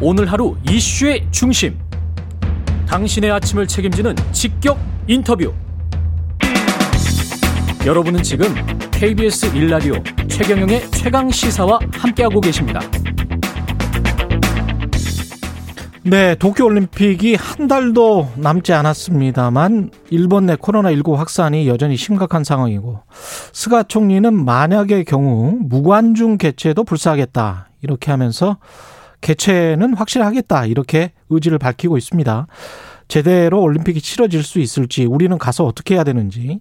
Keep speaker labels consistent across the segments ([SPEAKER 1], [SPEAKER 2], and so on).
[SPEAKER 1] 오늘 하루 이슈의 중심. 당신의 아침을 책임지는 직격 인터뷰. 여러분은 지금 KBS 일라디오 최경영의 최강 시사와 함께하고 계십니다.
[SPEAKER 2] 네, 도쿄올림픽이 한 달도 남지 않았습니다만 일본 내 코로나19 확산이 여전히 심각한 상황이고 스가 총리는 만약의 경우 무관중 개최도 불사하겠다 이렇게 하면서 개최는 확실하겠다 이렇게 의지를 밝히고 있습니다. 제대로 올림픽이 치러질 수 있을지 우리는 가서 어떻게 해야 되는지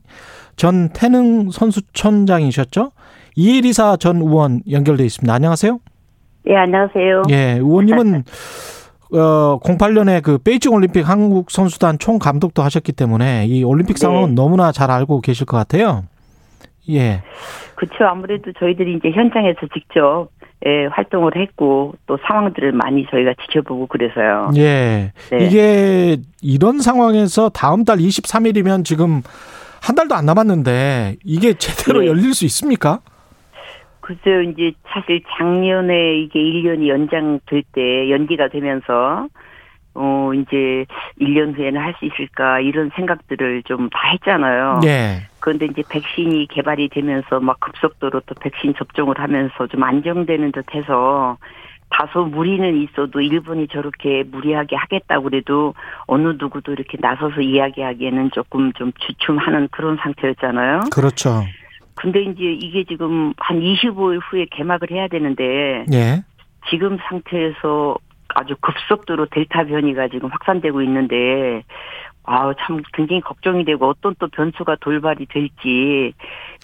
[SPEAKER 2] 전 태능 선수촌장이셨죠? 이혜리사 전 의원 연결돼 있습니다. 안녕하세요.
[SPEAKER 3] 예, 안녕하세요.
[SPEAKER 2] 예, 의원님은 어 08년에 그 베이징 올림픽 한국 선수단 총 감독도 하셨기 때문에 이 올림픽 상황은
[SPEAKER 3] 네.
[SPEAKER 2] 너무나 잘 알고 계실 것 같아요. 예,
[SPEAKER 3] 그쵸. 아무래도 저희들이 이제 현장에서 직접 예, 활동을 했고 또 상황들을 많이 저희가 지켜보고 그래서요.
[SPEAKER 2] 예.
[SPEAKER 3] 네.
[SPEAKER 2] 이게 이런 상황에서 다음 달 23일이면 지금 한 달도 안 남았는데 이게 제대로
[SPEAKER 3] 네.
[SPEAKER 2] 열릴 수 있습니까?
[SPEAKER 3] 그래서 이제 사실 작년에 이게 1년이 연장될 때 연기가 되면서 어 이제 1년 후에는 할 수 있을까 이런 생각들을 좀 다 했잖아요.
[SPEAKER 2] 예.
[SPEAKER 3] 그런데 이제 백신이 개발이 되면서 막 급속도로 또 백신 접종을 하면서 좀 안정되는 듯 해서 다소 무리는 있어도 일본이 저렇게 무리하게 하겠다고 그래도 어느 누구도 이렇게 나서서 이야기하기에는 조금 좀 주춤하는 그런 상태였잖아요.
[SPEAKER 2] 그렇죠.
[SPEAKER 3] 근데 이제 이게 지금 한 25일 후에 개막을 해야 되는데
[SPEAKER 2] 예.
[SPEAKER 3] 지금 상태에서 아주 급속도로 델타 변이가 지금 확산되고 있는데 아우 참 굉장히 걱정이 되고 어떤 또 변수가 돌발이 될지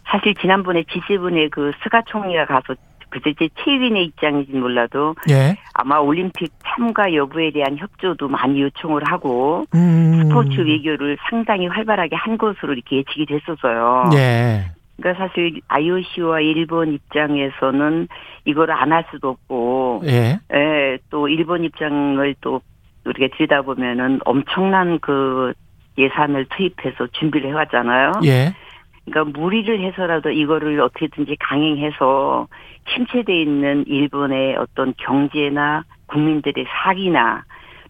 [SPEAKER 3] 사실 지난번에 G7의 그 스가 총리가 가서 그제 제 최위의 입장인지 몰라도
[SPEAKER 2] 예.
[SPEAKER 3] 아마 올림픽 참가 여부에 대한 협조도 많이 요청을 하고
[SPEAKER 2] 음.
[SPEAKER 3] 스포츠 외교를 상당히 활발하게 한 것으로 이렇게 예측이 됐었어요.
[SPEAKER 2] 예.
[SPEAKER 3] 그러니까 사실 IOC와 일본 입장에서는 이걸 안 할 수도 없고
[SPEAKER 2] 예.
[SPEAKER 3] 예, 또 일본 입장을 또 우리가 들여다보면은 엄청난 그 예산을 투입해서 준비를 해왔잖아요.
[SPEAKER 2] 예.
[SPEAKER 3] 그러니까 무리를 해서라도 이거를 어떻게든지 강행해서 침체돼 있는 일본의 어떤 경제나 국민들의 사기나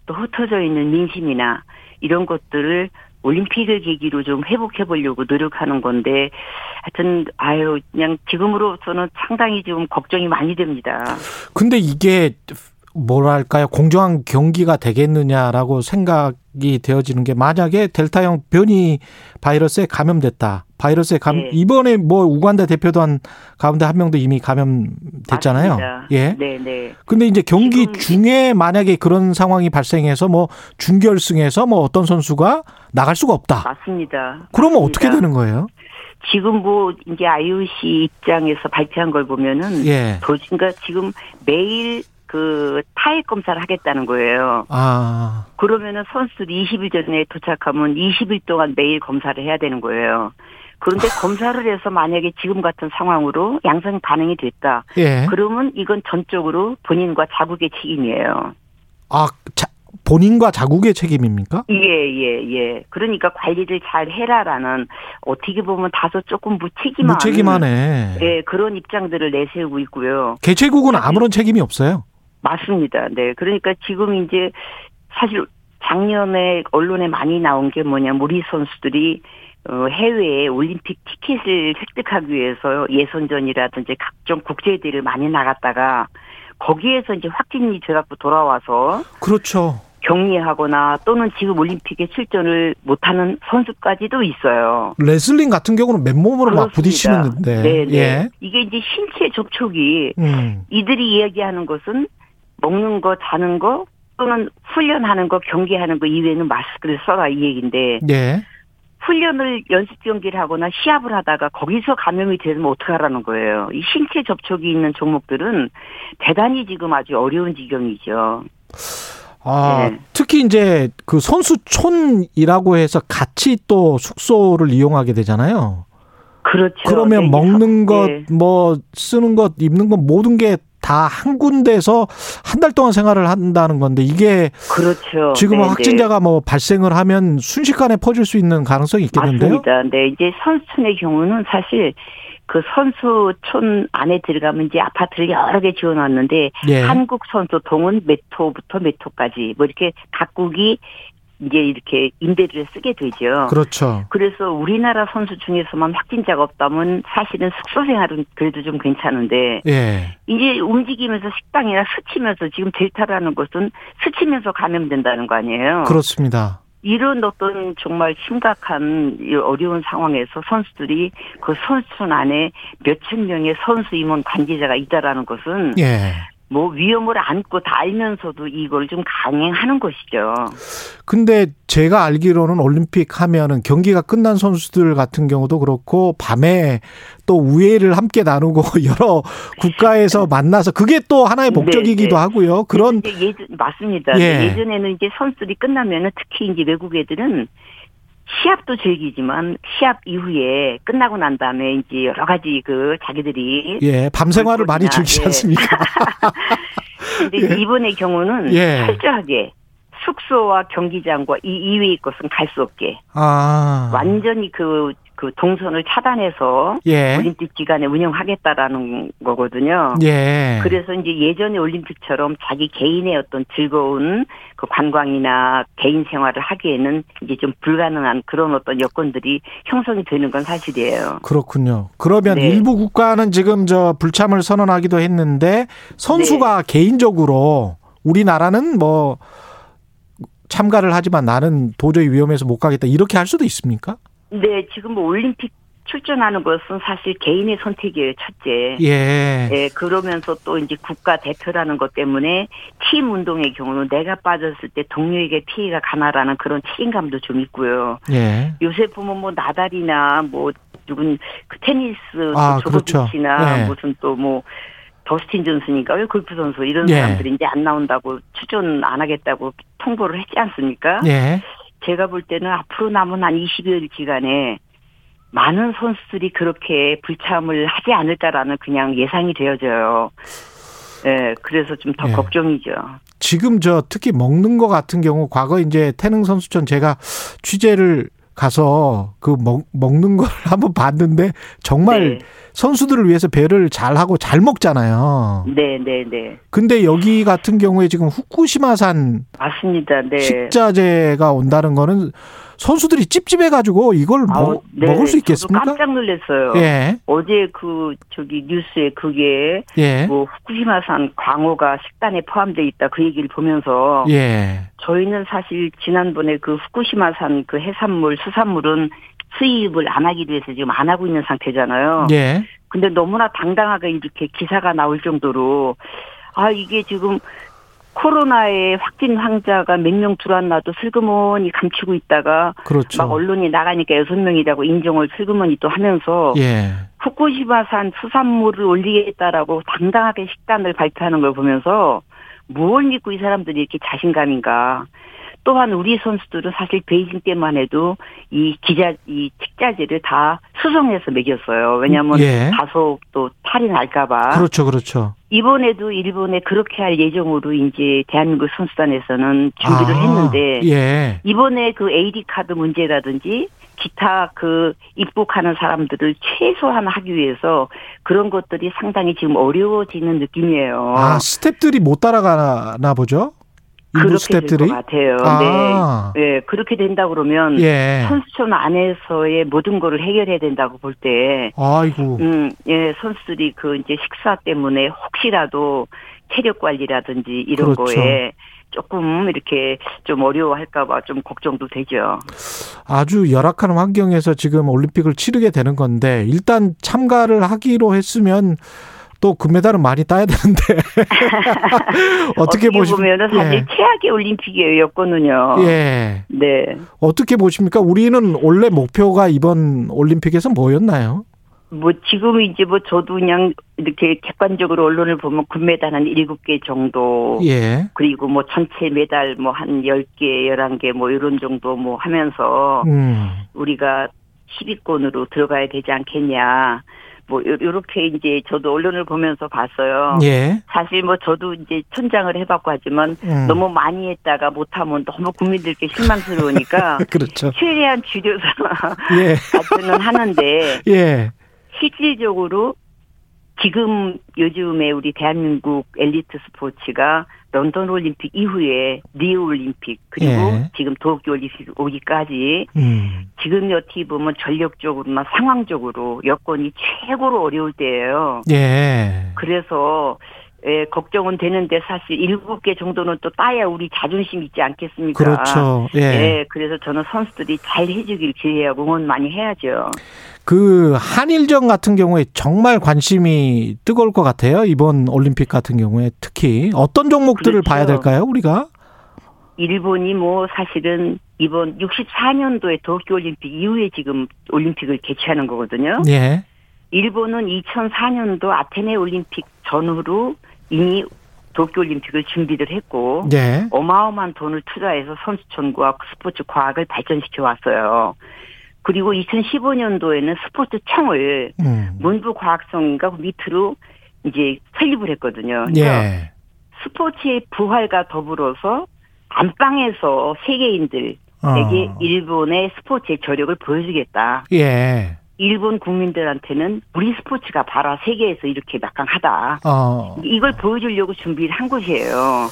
[SPEAKER 3] 또 흩어져 있는 민심이나 이런 것들을 올림픽을 계기로 좀 회복해 보려고 노력하는 건데 하여튼 아유 그냥 지금으로서는 상당히 지금 걱정이 많이 됩니다.
[SPEAKER 2] 근데 이게 뭐랄까요 공정한 경기가 되겠느냐라고 생각이 되어지는 게 만약에 델타형 변이 바이러스에 감염됐다 바이러스에 감
[SPEAKER 3] 네.
[SPEAKER 2] 이번에 뭐 우간다 대표도 한 가운데 한 명도 이미 감염됐잖아요
[SPEAKER 3] 맞습니다.
[SPEAKER 2] 예
[SPEAKER 3] 네, 네.
[SPEAKER 2] 근데 이제 경기
[SPEAKER 3] 지금-
[SPEAKER 2] 중에 만약에 그런 상황이 발생해서 뭐 준결승에서 뭐 어떤 선수가 나갈 수가 없다
[SPEAKER 3] 맞습니다.
[SPEAKER 2] 그러면 어떻게
[SPEAKER 3] 맞습니다.
[SPEAKER 2] 되는 거예요
[SPEAKER 3] 지금 뭐 이제 IOC 입장에서 발표한 걸 보면은
[SPEAKER 2] 예.
[SPEAKER 3] 도진가 지금 매일 그 타액 검사를 하겠다는 거예요.
[SPEAKER 2] 아,
[SPEAKER 3] 그러면은 선수들이 20일 전에 도착하면 20일 동안 매일 검사를 해야 되는 거예요. 그런데 검사를 해서 만약에 지금 같은 상황으로 양성 반응이 됐다.
[SPEAKER 2] 예.
[SPEAKER 3] 그러면 이건 전적으로 본인과 자국의 책임이에요.
[SPEAKER 2] 아, 자, 본인과 자국의 책임입니까?
[SPEAKER 3] 예, 예, 예. 그러니까 관리를 잘 해라라는 어떻게 보면 다소 조금 무책임한
[SPEAKER 2] 무책임하네.
[SPEAKER 3] 예, 그런 입장들을 내세우고 있고요.
[SPEAKER 2] 개최국은 아무런 네. 책임이 없어요.
[SPEAKER 3] 맞습니다. 네. 그러니까 지금 이제 사실 작년에 언론에 많이 나온 게 뭐냐, 우리 선수들이 어, 해외에 올림픽 티켓을 획득하기 위해서 예선전이라든지 각종 국제대회를 많이 나갔다가 거기에서 이제 확진이 돼갖고 돌아와서
[SPEAKER 2] 그렇죠.
[SPEAKER 3] 격리하거나 또는 지금 올림픽에 출전을 못하는 선수까지도 있어요.
[SPEAKER 2] 레슬링 같은 경우는 맨몸으로 막
[SPEAKER 3] 그렇습니다.
[SPEAKER 2] 아, 부딪히는데.
[SPEAKER 3] 네네.
[SPEAKER 2] 예.
[SPEAKER 3] 이게 이제 신체 접촉이
[SPEAKER 2] 음.
[SPEAKER 3] 이들이 이야기하는 것은 먹는 거, 자는 거, 또는 훈련하는 거, 경기하는 거 이외에는 마스크를 써라 이 얘기인데
[SPEAKER 2] 예.
[SPEAKER 3] 훈련을 연습 경기를 하거나 시합을 하다가 거기서 감염이 되면 어떡하라는 거예요. 이 신체 접촉이 있는 종목들은 대단히 지금 아주 어려운 지경이죠.
[SPEAKER 2] 아,
[SPEAKER 3] 네.
[SPEAKER 2] 특히 이제 그 선수촌이라고 해서 같이 또 숙소를 이용하게 되잖아요.
[SPEAKER 3] 그렇죠.
[SPEAKER 2] 그러면
[SPEAKER 3] 네, 이게
[SPEAKER 2] 먹는
[SPEAKER 3] 서-
[SPEAKER 2] 것,
[SPEAKER 3] 네.
[SPEAKER 2] 뭐 쓰는 것, 입는 것 모든 게 다 한 군데에서 한 달 동안 생활을 한다는 건데 이게
[SPEAKER 3] 그렇죠.
[SPEAKER 2] 지금
[SPEAKER 3] 네, 네.
[SPEAKER 2] 확진자가 뭐 발생을 하면 순식간에 퍼질 수 있는 가능성이 있겠는데요.
[SPEAKER 3] 네, 맞습니다. 네, 이제 선수촌의 경우는 사실 그 선수촌 안에 들어가면 이제 아파트를 여러 개 지어놨는데
[SPEAKER 2] 예.
[SPEAKER 3] 한국 선수 동은 몇 호부터 몇 호까지 뭐 이렇게 각국이 이제 이렇게 임대료를 쓰게 되죠.
[SPEAKER 2] 그렇죠.
[SPEAKER 3] 그래서 우리나라 선수 중에서만 확진자가 없다면 사실은 숙소 생활은 그래도 좀 괜찮은데
[SPEAKER 2] 예.
[SPEAKER 3] 이제 움직이면서 식당이나 스치면서 지금 델타라는 것은 스치면서 감염된다는 거 아니에요.
[SPEAKER 2] 그렇습니다.
[SPEAKER 3] 이런 어떤 정말 심각한 이 어려운 상황에서 선수들이 그 선수촌 안에 몇천 명의 선수 임원 관계자가 있다라는 것은
[SPEAKER 2] 예.
[SPEAKER 3] 뭐 위험을 안고 다 알면서도 이걸 좀 강행하는 것이죠.
[SPEAKER 2] 근데 제가 알기로는 올림픽 하면은 경기가 끝난 선수들 같은 경우도 그렇고 밤에 또 우애를 함께 나누고 여러 국가에서 만나서 그게 또 하나의
[SPEAKER 3] 네,
[SPEAKER 2] 목적이기도
[SPEAKER 3] 네.
[SPEAKER 2] 하고요. 그런
[SPEAKER 3] 그래서 이제 예전 맞습니다.
[SPEAKER 2] 예.
[SPEAKER 3] 전에는 이제 선수들이 끝나면은 특히 이제 외국 애들은 시합도 즐기지만 시합 이후에 끝나고 난 다음에 이제 여러 가지 그 자기들이
[SPEAKER 2] 예, 밤 생활을 많이 즐기지
[SPEAKER 3] 예.
[SPEAKER 2] 않습니까?
[SPEAKER 3] 근데 이번의 경우는
[SPEAKER 2] 예.
[SPEAKER 3] 철저하게 숙소와 경기장과 이 이외의 것은 갈 수 없게
[SPEAKER 2] 아.
[SPEAKER 3] 완전히 그, 그 동선을 차단해서
[SPEAKER 2] 예.
[SPEAKER 3] 올림픽 기간에 운영하겠다라는 거거든요.
[SPEAKER 2] 예.
[SPEAKER 3] 그래서 이제 예전의 올림픽처럼 자기 개인의 어떤 즐거운 그 관광이나 개인 생활을 하기에는 이제 좀 불가능한 그런 어떤 여건들이 형성이 되는 건 사실이에요.
[SPEAKER 2] 그렇군요. 그러면
[SPEAKER 3] 네.
[SPEAKER 2] 일부 국가는 지금 저 불참을 선언하기도 했는데 선수가 개인적으로 우리나라는 뭐 참가를 하지만 나는 도저히 위험해서 못 가겠다 이렇게 할 수도 있습니까?
[SPEAKER 3] 근데 지금 뭐 올림픽 출전하는 것은 사실 개인의 선택이에요, 첫째.
[SPEAKER 2] 예.
[SPEAKER 3] 예, 그러면서 또 이제 국가 대표라는 것 때문에 팀 운동의 경우는 내가 빠졌을 때 동료에게 피해가 가나라는 그런 책임감도 좀 있고요.
[SPEAKER 2] 예.
[SPEAKER 3] 요새 보면 뭐 나달이나 뭐 누군 그 테니스
[SPEAKER 2] 아,
[SPEAKER 3] 조코비치나
[SPEAKER 2] 그렇죠. 예.
[SPEAKER 3] 무슨 또 뭐 더스틴 존슨인가 왜 골프 선수 이런
[SPEAKER 2] 예.
[SPEAKER 3] 사람들이 이제 안 나온다고 출전 안 하겠다고 통보를 했지 않습니까?
[SPEAKER 2] 예.
[SPEAKER 3] 제가 볼 때는 앞으로 남은 한 20여일 기간에 많은 선수들이 그렇게 불참을 하지 않을까라는 그냥 예상이 되어져요. 예, 그래서 좀 더
[SPEAKER 2] 예.
[SPEAKER 3] 걱정이죠.
[SPEAKER 2] 지금 저 특히 먹는 거 같은 경우 과거 이제 태능 선수촌 제가 취재를 가서 그 먹, 먹는 걸 한번 봤는데
[SPEAKER 3] 네.
[SPEAKER 2] 정말 선수들을 위해서 배를 잘 하고 잘 먹잖아요.
[SPEAKER 3] 네, 네, 네, 네.
[SPEAKER 2] 근데 여기 같은 경우에 지금 후쿠시마산
[SPEAKER 3] 맞습니다. 네.
[SPEAKER 2] 식자재가 온다는 거는 선수들이 찝찝해 가지고 이걸
[SPEAKER 3] 아우,
[SPEAKER 2] 먹,
[SPEAKER 3] 네,
[SPEAKER 2] 먹을 수
[SPEAKER 3] 저도
[SPEAKER 2] 있겠습니까?
[SPEAKER 3] 깜짝 놀랐어요.
[SPEAKER 2] 예.
[SPEAKER 3] 어제 그 저기 뉴스에 그게
[SPEAKER 2] 예.
[SPEAKER 3] 뭐 후쿠시마산 광어가 식단에 포함되어 있다 그 얘기를 보면서
[SPEAKER 2] 예.
[SPEAKER 3] 저희는 사실 지난번에 그 후쿠시마산 그 해산물 수산물은 수입을 안 하기로 해서 지금 안 하고 있는 상태잖아요.
[SPEAKER 2] 예.
[SPEAKER 3] 근데 너무나 당당하게 이렇게 기사가 나올 정도로 아 이게 지금 코로나에 확진 환자가 몇 명 들어왔나도 슬그머니 감추고 있다가
[SPEAKER 2] 그렇죠.
[SPEAKER 3] 막 언론이 나가니까 여섯 명이라고 인정을 슬그머니 또 하면서
[SPEAKER 2] 예.
[SPEAKER 3] 후쿠시마산 수산물을 올리겠다라고 당당하게 식단을 발표하는 걸 보면서 뭘 믿고 이 사람들이 이렇게 자신감인가. 또한 우리 선수들은 사실 베이징 때만 해도 이 기자, 이 식자재를 다 수송해서 먹였어요. 왜냐하면
[SPEAKER 2] 예.
[SPEAKER 3] 다소 또 탈이 날까봐.
[SPEAKER 2] 그렇죠. 그렇죠.
[SPEAKER 3] 이번에도 일본에 그렇게 할 예정으로 이제 대한민국 선수단에서는 준비를
[SPEAKER 2] 아,
[SPEAKER 3] 했는데
[SPEAKER 2] 예.
[SPEAKER 3] 이번에 그 AD 카드 문제라든지 기타 그 입국하는 사람들을 최소한 하기 위해서 그런 것들이 상당히 지금 어려워지는 느낌이에요.
[SPEAKER 2] 아, 스탭들이 못 따라가나 보죠? 일부
[SPEAKER 3] 그렇게 될 것
[SPEAKER 2] 스탭들이?
[SPEAKER 3] 같아요.
[SPEAKER 2] 아.
[SPEAKER 3] 네. 네, 그렇게 된다 그러면
[SPEAKER 2] 예.
[SPEAKER 3] 선수촌 안에서의 모든 거를 해결해야 된다고 볼 때,
[SPEAKER 2] 아이고.
[SPEAKER 3] 음, 예, 선수들이 그 이제 식사 때문에 혹시라도 체력 관리라든지 이런
[SPEAKER 2] 그렇죠.
[SPEAKER 3] 거에 조금 이렇게 좀 어려워할까봐 좀 걱정도 되죠.
[SPEAKER 2] 아주 열악한 환경에서 지금 올림픽을 치르게 되는 건데 일단 참가를 하기로 했으면 또 금메달은 많이 따야 되는데 어떻게 보십-
[SPEAKER 3] 보면은 사실 최악의 올림픽이에요 여건은요.
[SPEAKER 2] 예. 예.
[SPEAKER 3] 네.
[SPEAKER 2] 어떻게 보십니까? 우리는 원래 목표가 이번 올림픽에서 뭐였나요?
[SPEAKER 3] 뭐 지금 이제 뭐 저도 그냥 이렇게 객관적으로 언론을 보면 금메달 한 일곱 개 정도
[SPEAKER 2] 예.
[SPEAKER 3] 그리고 뭐 전체 메달 뭐 한 열개 열한 개 뭐 이런 정도 뭐 하면서
[SPEAKER 2] 음.
[SPEAKER 3] 우리가 10위권으로 들어가야 되지 않겠냐. 뭐 요- 요렇게 이제 저도 언론을 보면서 봤어요.
[SPEAKER 2] 예.
[SPEAKER 3] 사실 뭐 저도 이제 천장을 해 봤고 하지만
[SPEAKER 2] 음.
[SPEAKER 3] 너무 많이 했다가 못 하면 너무 국민들께 실망스러우니까
[SPEAKER 2] 그렇죠.
[SPEAKER 3] 최대한 줄여서
[SPEAKER 2] 예.
[SPEAKER 3] 발표는 하는데
[SPEAKER 2] 예.
[SPEAKER 3] 실질적으로 지금 요즘에 우리 대한민국 엘리트 스포츠가 런던 올림픽 이후에 리우 올림픽 그리고
[SPEAKER 2] 예.
[SPEAKER 3] 지금 도쿄 올림픽 오기까지
[SPEAKER 2] 음.
[SPEAKER 3] 지금 어떻게 보면 전력적으로나 상황적으로 여건이 최고로 어려울 때예요.
[SPEAKER 2] 예.
[SPEAKER 3] 그래서 예, 걱정은 되는데 사실 일곱 개 정도는 또 따야 우리 자존심 있지 않겠습니까?
[SPEAKER 2] 그렇죠. 예.
[SPEAKER 3] 아. 예. 그래서 저는 선수들이 잘 해주길 기대하고 응원 많이 해야죠.
[SPEAKER 2] 그 한일전 같은 경우에 정말 관심이 뜨거울 것 같아요. 이번 올림픽 같은 경우에 특히 어떤 종목들을
[SPEAKER 3] 그렇죠.
[SPEAKER 2] 봐야 될까요? 우리가
[SPEAKER 3] 일본이 뭐 사실은 이번 64년도에 도쿄올림픽 이후에 지금 올림픽을 개최하는 거거든요.
[SPEAKER 2] 예.
[SPEAKER 3] 일본은 2004년도 아테네 올림픽 전후로 이미 도쿄올림픽을 준비를 했고
[SPEAKER 2] 예.
[SPEAKER 3] 어마어마한 돈을 투자해서 선수촌과 스포츠 과학을 발전시켜 왔어요. 그리고 2015년도에는 스포츠청을
[SPEAKER 2] 음.
[SPEAKER 3] 뭐, 문부과학성인가 그 밑으로 이제 설립을 했거든요. 그러니까
[SPEAKER 2] 예.
[SPEAKER 3] 스포츠의 부활과 더불어서 안방에서 세계인들에게
[SPEAKER 2] 어.
[SPEAKER 3] 일본의 스포츠의 저력을 보여주겠다.
[SPEAKER 2] 예.
[SPEAKER 3] 일본 국민들한테는 우리 스포츠가 봐라 세계에서 이렇게 막강하다.
[SPEAKER 2] 어.
[SPEAKER 3] 이걸 보여주려고 준비를 한 것이에요.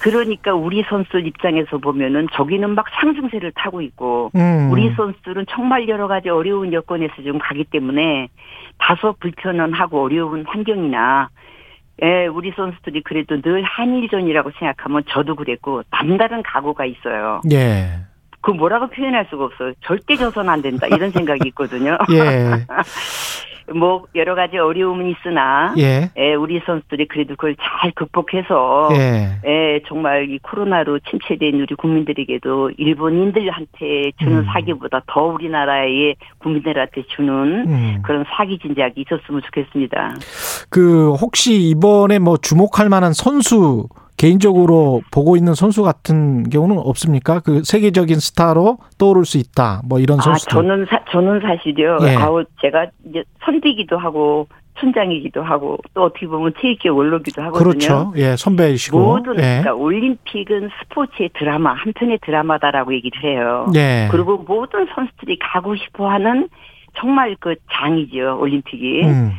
[SPEAKER 3] 그러니까 우리 선수들 입장에서 보면은 저기는 막 상승세를 타고 있고
[SPEAKER 2] 음.
[SPEAKER 3] 우리 선수들은 정말 여러 가지 어려운 여건에서 지금 가기 때문에 다소 불편하고 어려운 환경이나 예, 우리 선수들이 그래도 늘 한일전이라고 생각하면 저도 그랬고 남다른 각오가 있어요.
[SPEAKER 2] 예.
[SPEAKER 3] 그 뭐라고 표현할 수가 없어요. 절대 져선 안 된다 이런 생각이 있거든요.
[SPEAKER 2] 예.
[SPEAKER 3] 뭐 여러 가지 어려움은 있으나
[SPEAKER 2] 예.
[SPEAKER 3] 예, 우리 선수들이 그래도 그걸 잘 극복해서
[SPEAKER 2] 예.
[SPEAKER 3] 예, 정말 이 코로나로 침체된 우리 국민들에게도 일본인들한테 주는
[SPEAKER 2] 음.
[SPEAKER 3] 사기보다 더 우리나라의 국민들한테 주는
[SPEAKER 2] 음.
[SPEAKER 3] 그런 사기 진작이 있었으면 좋겠습니다.
[SPEAKER 2] 그 혹시 이번에 뭐 주목할 만한 선수 개인적으로 보고 있는 선수 같은 경우는 없습니까? 그 세계적인 스타로 떠오를 수 있다. 뭐 이런
[SPEAKER 3] 아,
[SPEAKER 2] 선수들.
[SPEAKER 3] 저는 사, 저는 사실요.
[SPEAKER 2] 예.
[SPEAKER 3] 아우 제가 이제 선비기도 하고 촌장이기도 하고 또 어떻게 보면 체육계 원로기도 하거든요.
[SPEAKER 2] 그렇죠. 예, 선배이시고.
[SPEAKER 3] 모든
[SPEAKER 2] 예.
[SPEAKER 3] 그러니까 올림픽은 스포츠의 드라마 한 편의 드라마다라고 얘기를 해요.
[SPEAKER 2] 예.
[SPEAKER 3] 그리고 모든 선수들이 가고 싶어하는 정말 그 장이죠 올림픽이.
[SPEAKER 2] 음.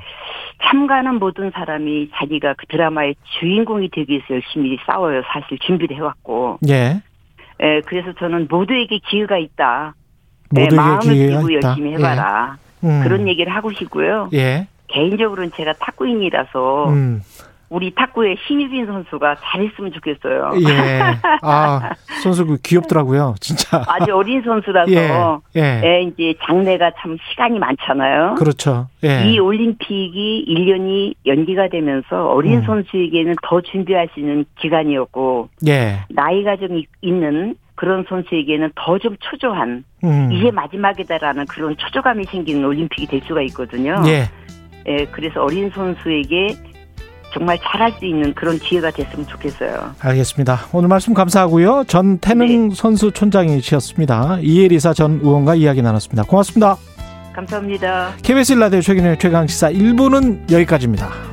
[SPEAKER 3] 참가하는 모든 사람이 자기가 그 드라마의 주인공이 되기 위해서 열심히 싸워요. 사실 준비를 해왔고.
[SPEAKER 2] 예.
[SPEAKER 3] 예, 그래서 저는 모두에게 기회가 있다. 예,
[SPEAKER 2] 모두에게
[SPEAKER 3] 마음을
[SPEAKER 2] 기회가
[SPEAKER 3] 비고
[SPEAKER 2] 있다.
[SPEAKER 3] 열심히 해봐라.
[SPEAKER 2] 예. 음.
[SPEAKER 3] 그런 얘기를 하고 싶고요.
[SPEAKER 2] 예.
[SPEAKER 3] 개인적으로는 제가 탁구인이라서
[SPEAKER 2] 음.
[SPEAKER 3] 우리 탁구의 신유빈 선수가 잘했으면 좋겠어요.
[SPEAKER 2] 예. 아, 선수 그 귀엽더라고요. 진짜.
[SPEAKER 3] 아주 어린 선수라서
[SPEAKER 2] 예. 예.
[SPEAKER 3] 예, 이제 장래가 참 시간이 많잖아요.
[SPEAKER 2] 그렇죠. 예.
[SPEAKER 3] 이 올림픽이 1년이 연기가 되면서 어린
[SPEAKER 2] 음.
[SPEAKER 3] 선수에게는 더 준비할 수 있는 기간이었고
[SPEAKER 2] 예.
[SPEAKER 3] 나이가 좀 있- 있는 그런 선수에게는 더 좀 초조한
[SPEAKER 2] 음.
[SPEAKER 3] 이게 마지막이다라는 그런 초조감이 생기는 올림픽이 될 수가 있거든요.
[SPEAKER 2] 예.
[SPEAKER 3] 예, 그래서 어린 선수에게 정말 잘할 수 있는 그런 기회가 됐으면 좋겠어요.
[SPEAKER 2] 알겠습니다. 오늘 말씀 감사하고요. 전 태능
[SPEAKER 3] 네.
[SPEAKER 2] 선수 촌장이셨습니다. 이혜리사 전 의원과 이야기 나눴습니다. 고맙습니다.
[SPEAKER 3] 감사합니다.
[SPEAKER 2] KBS 라디오 최근의 최강 시사 1부는 여기까지입니다.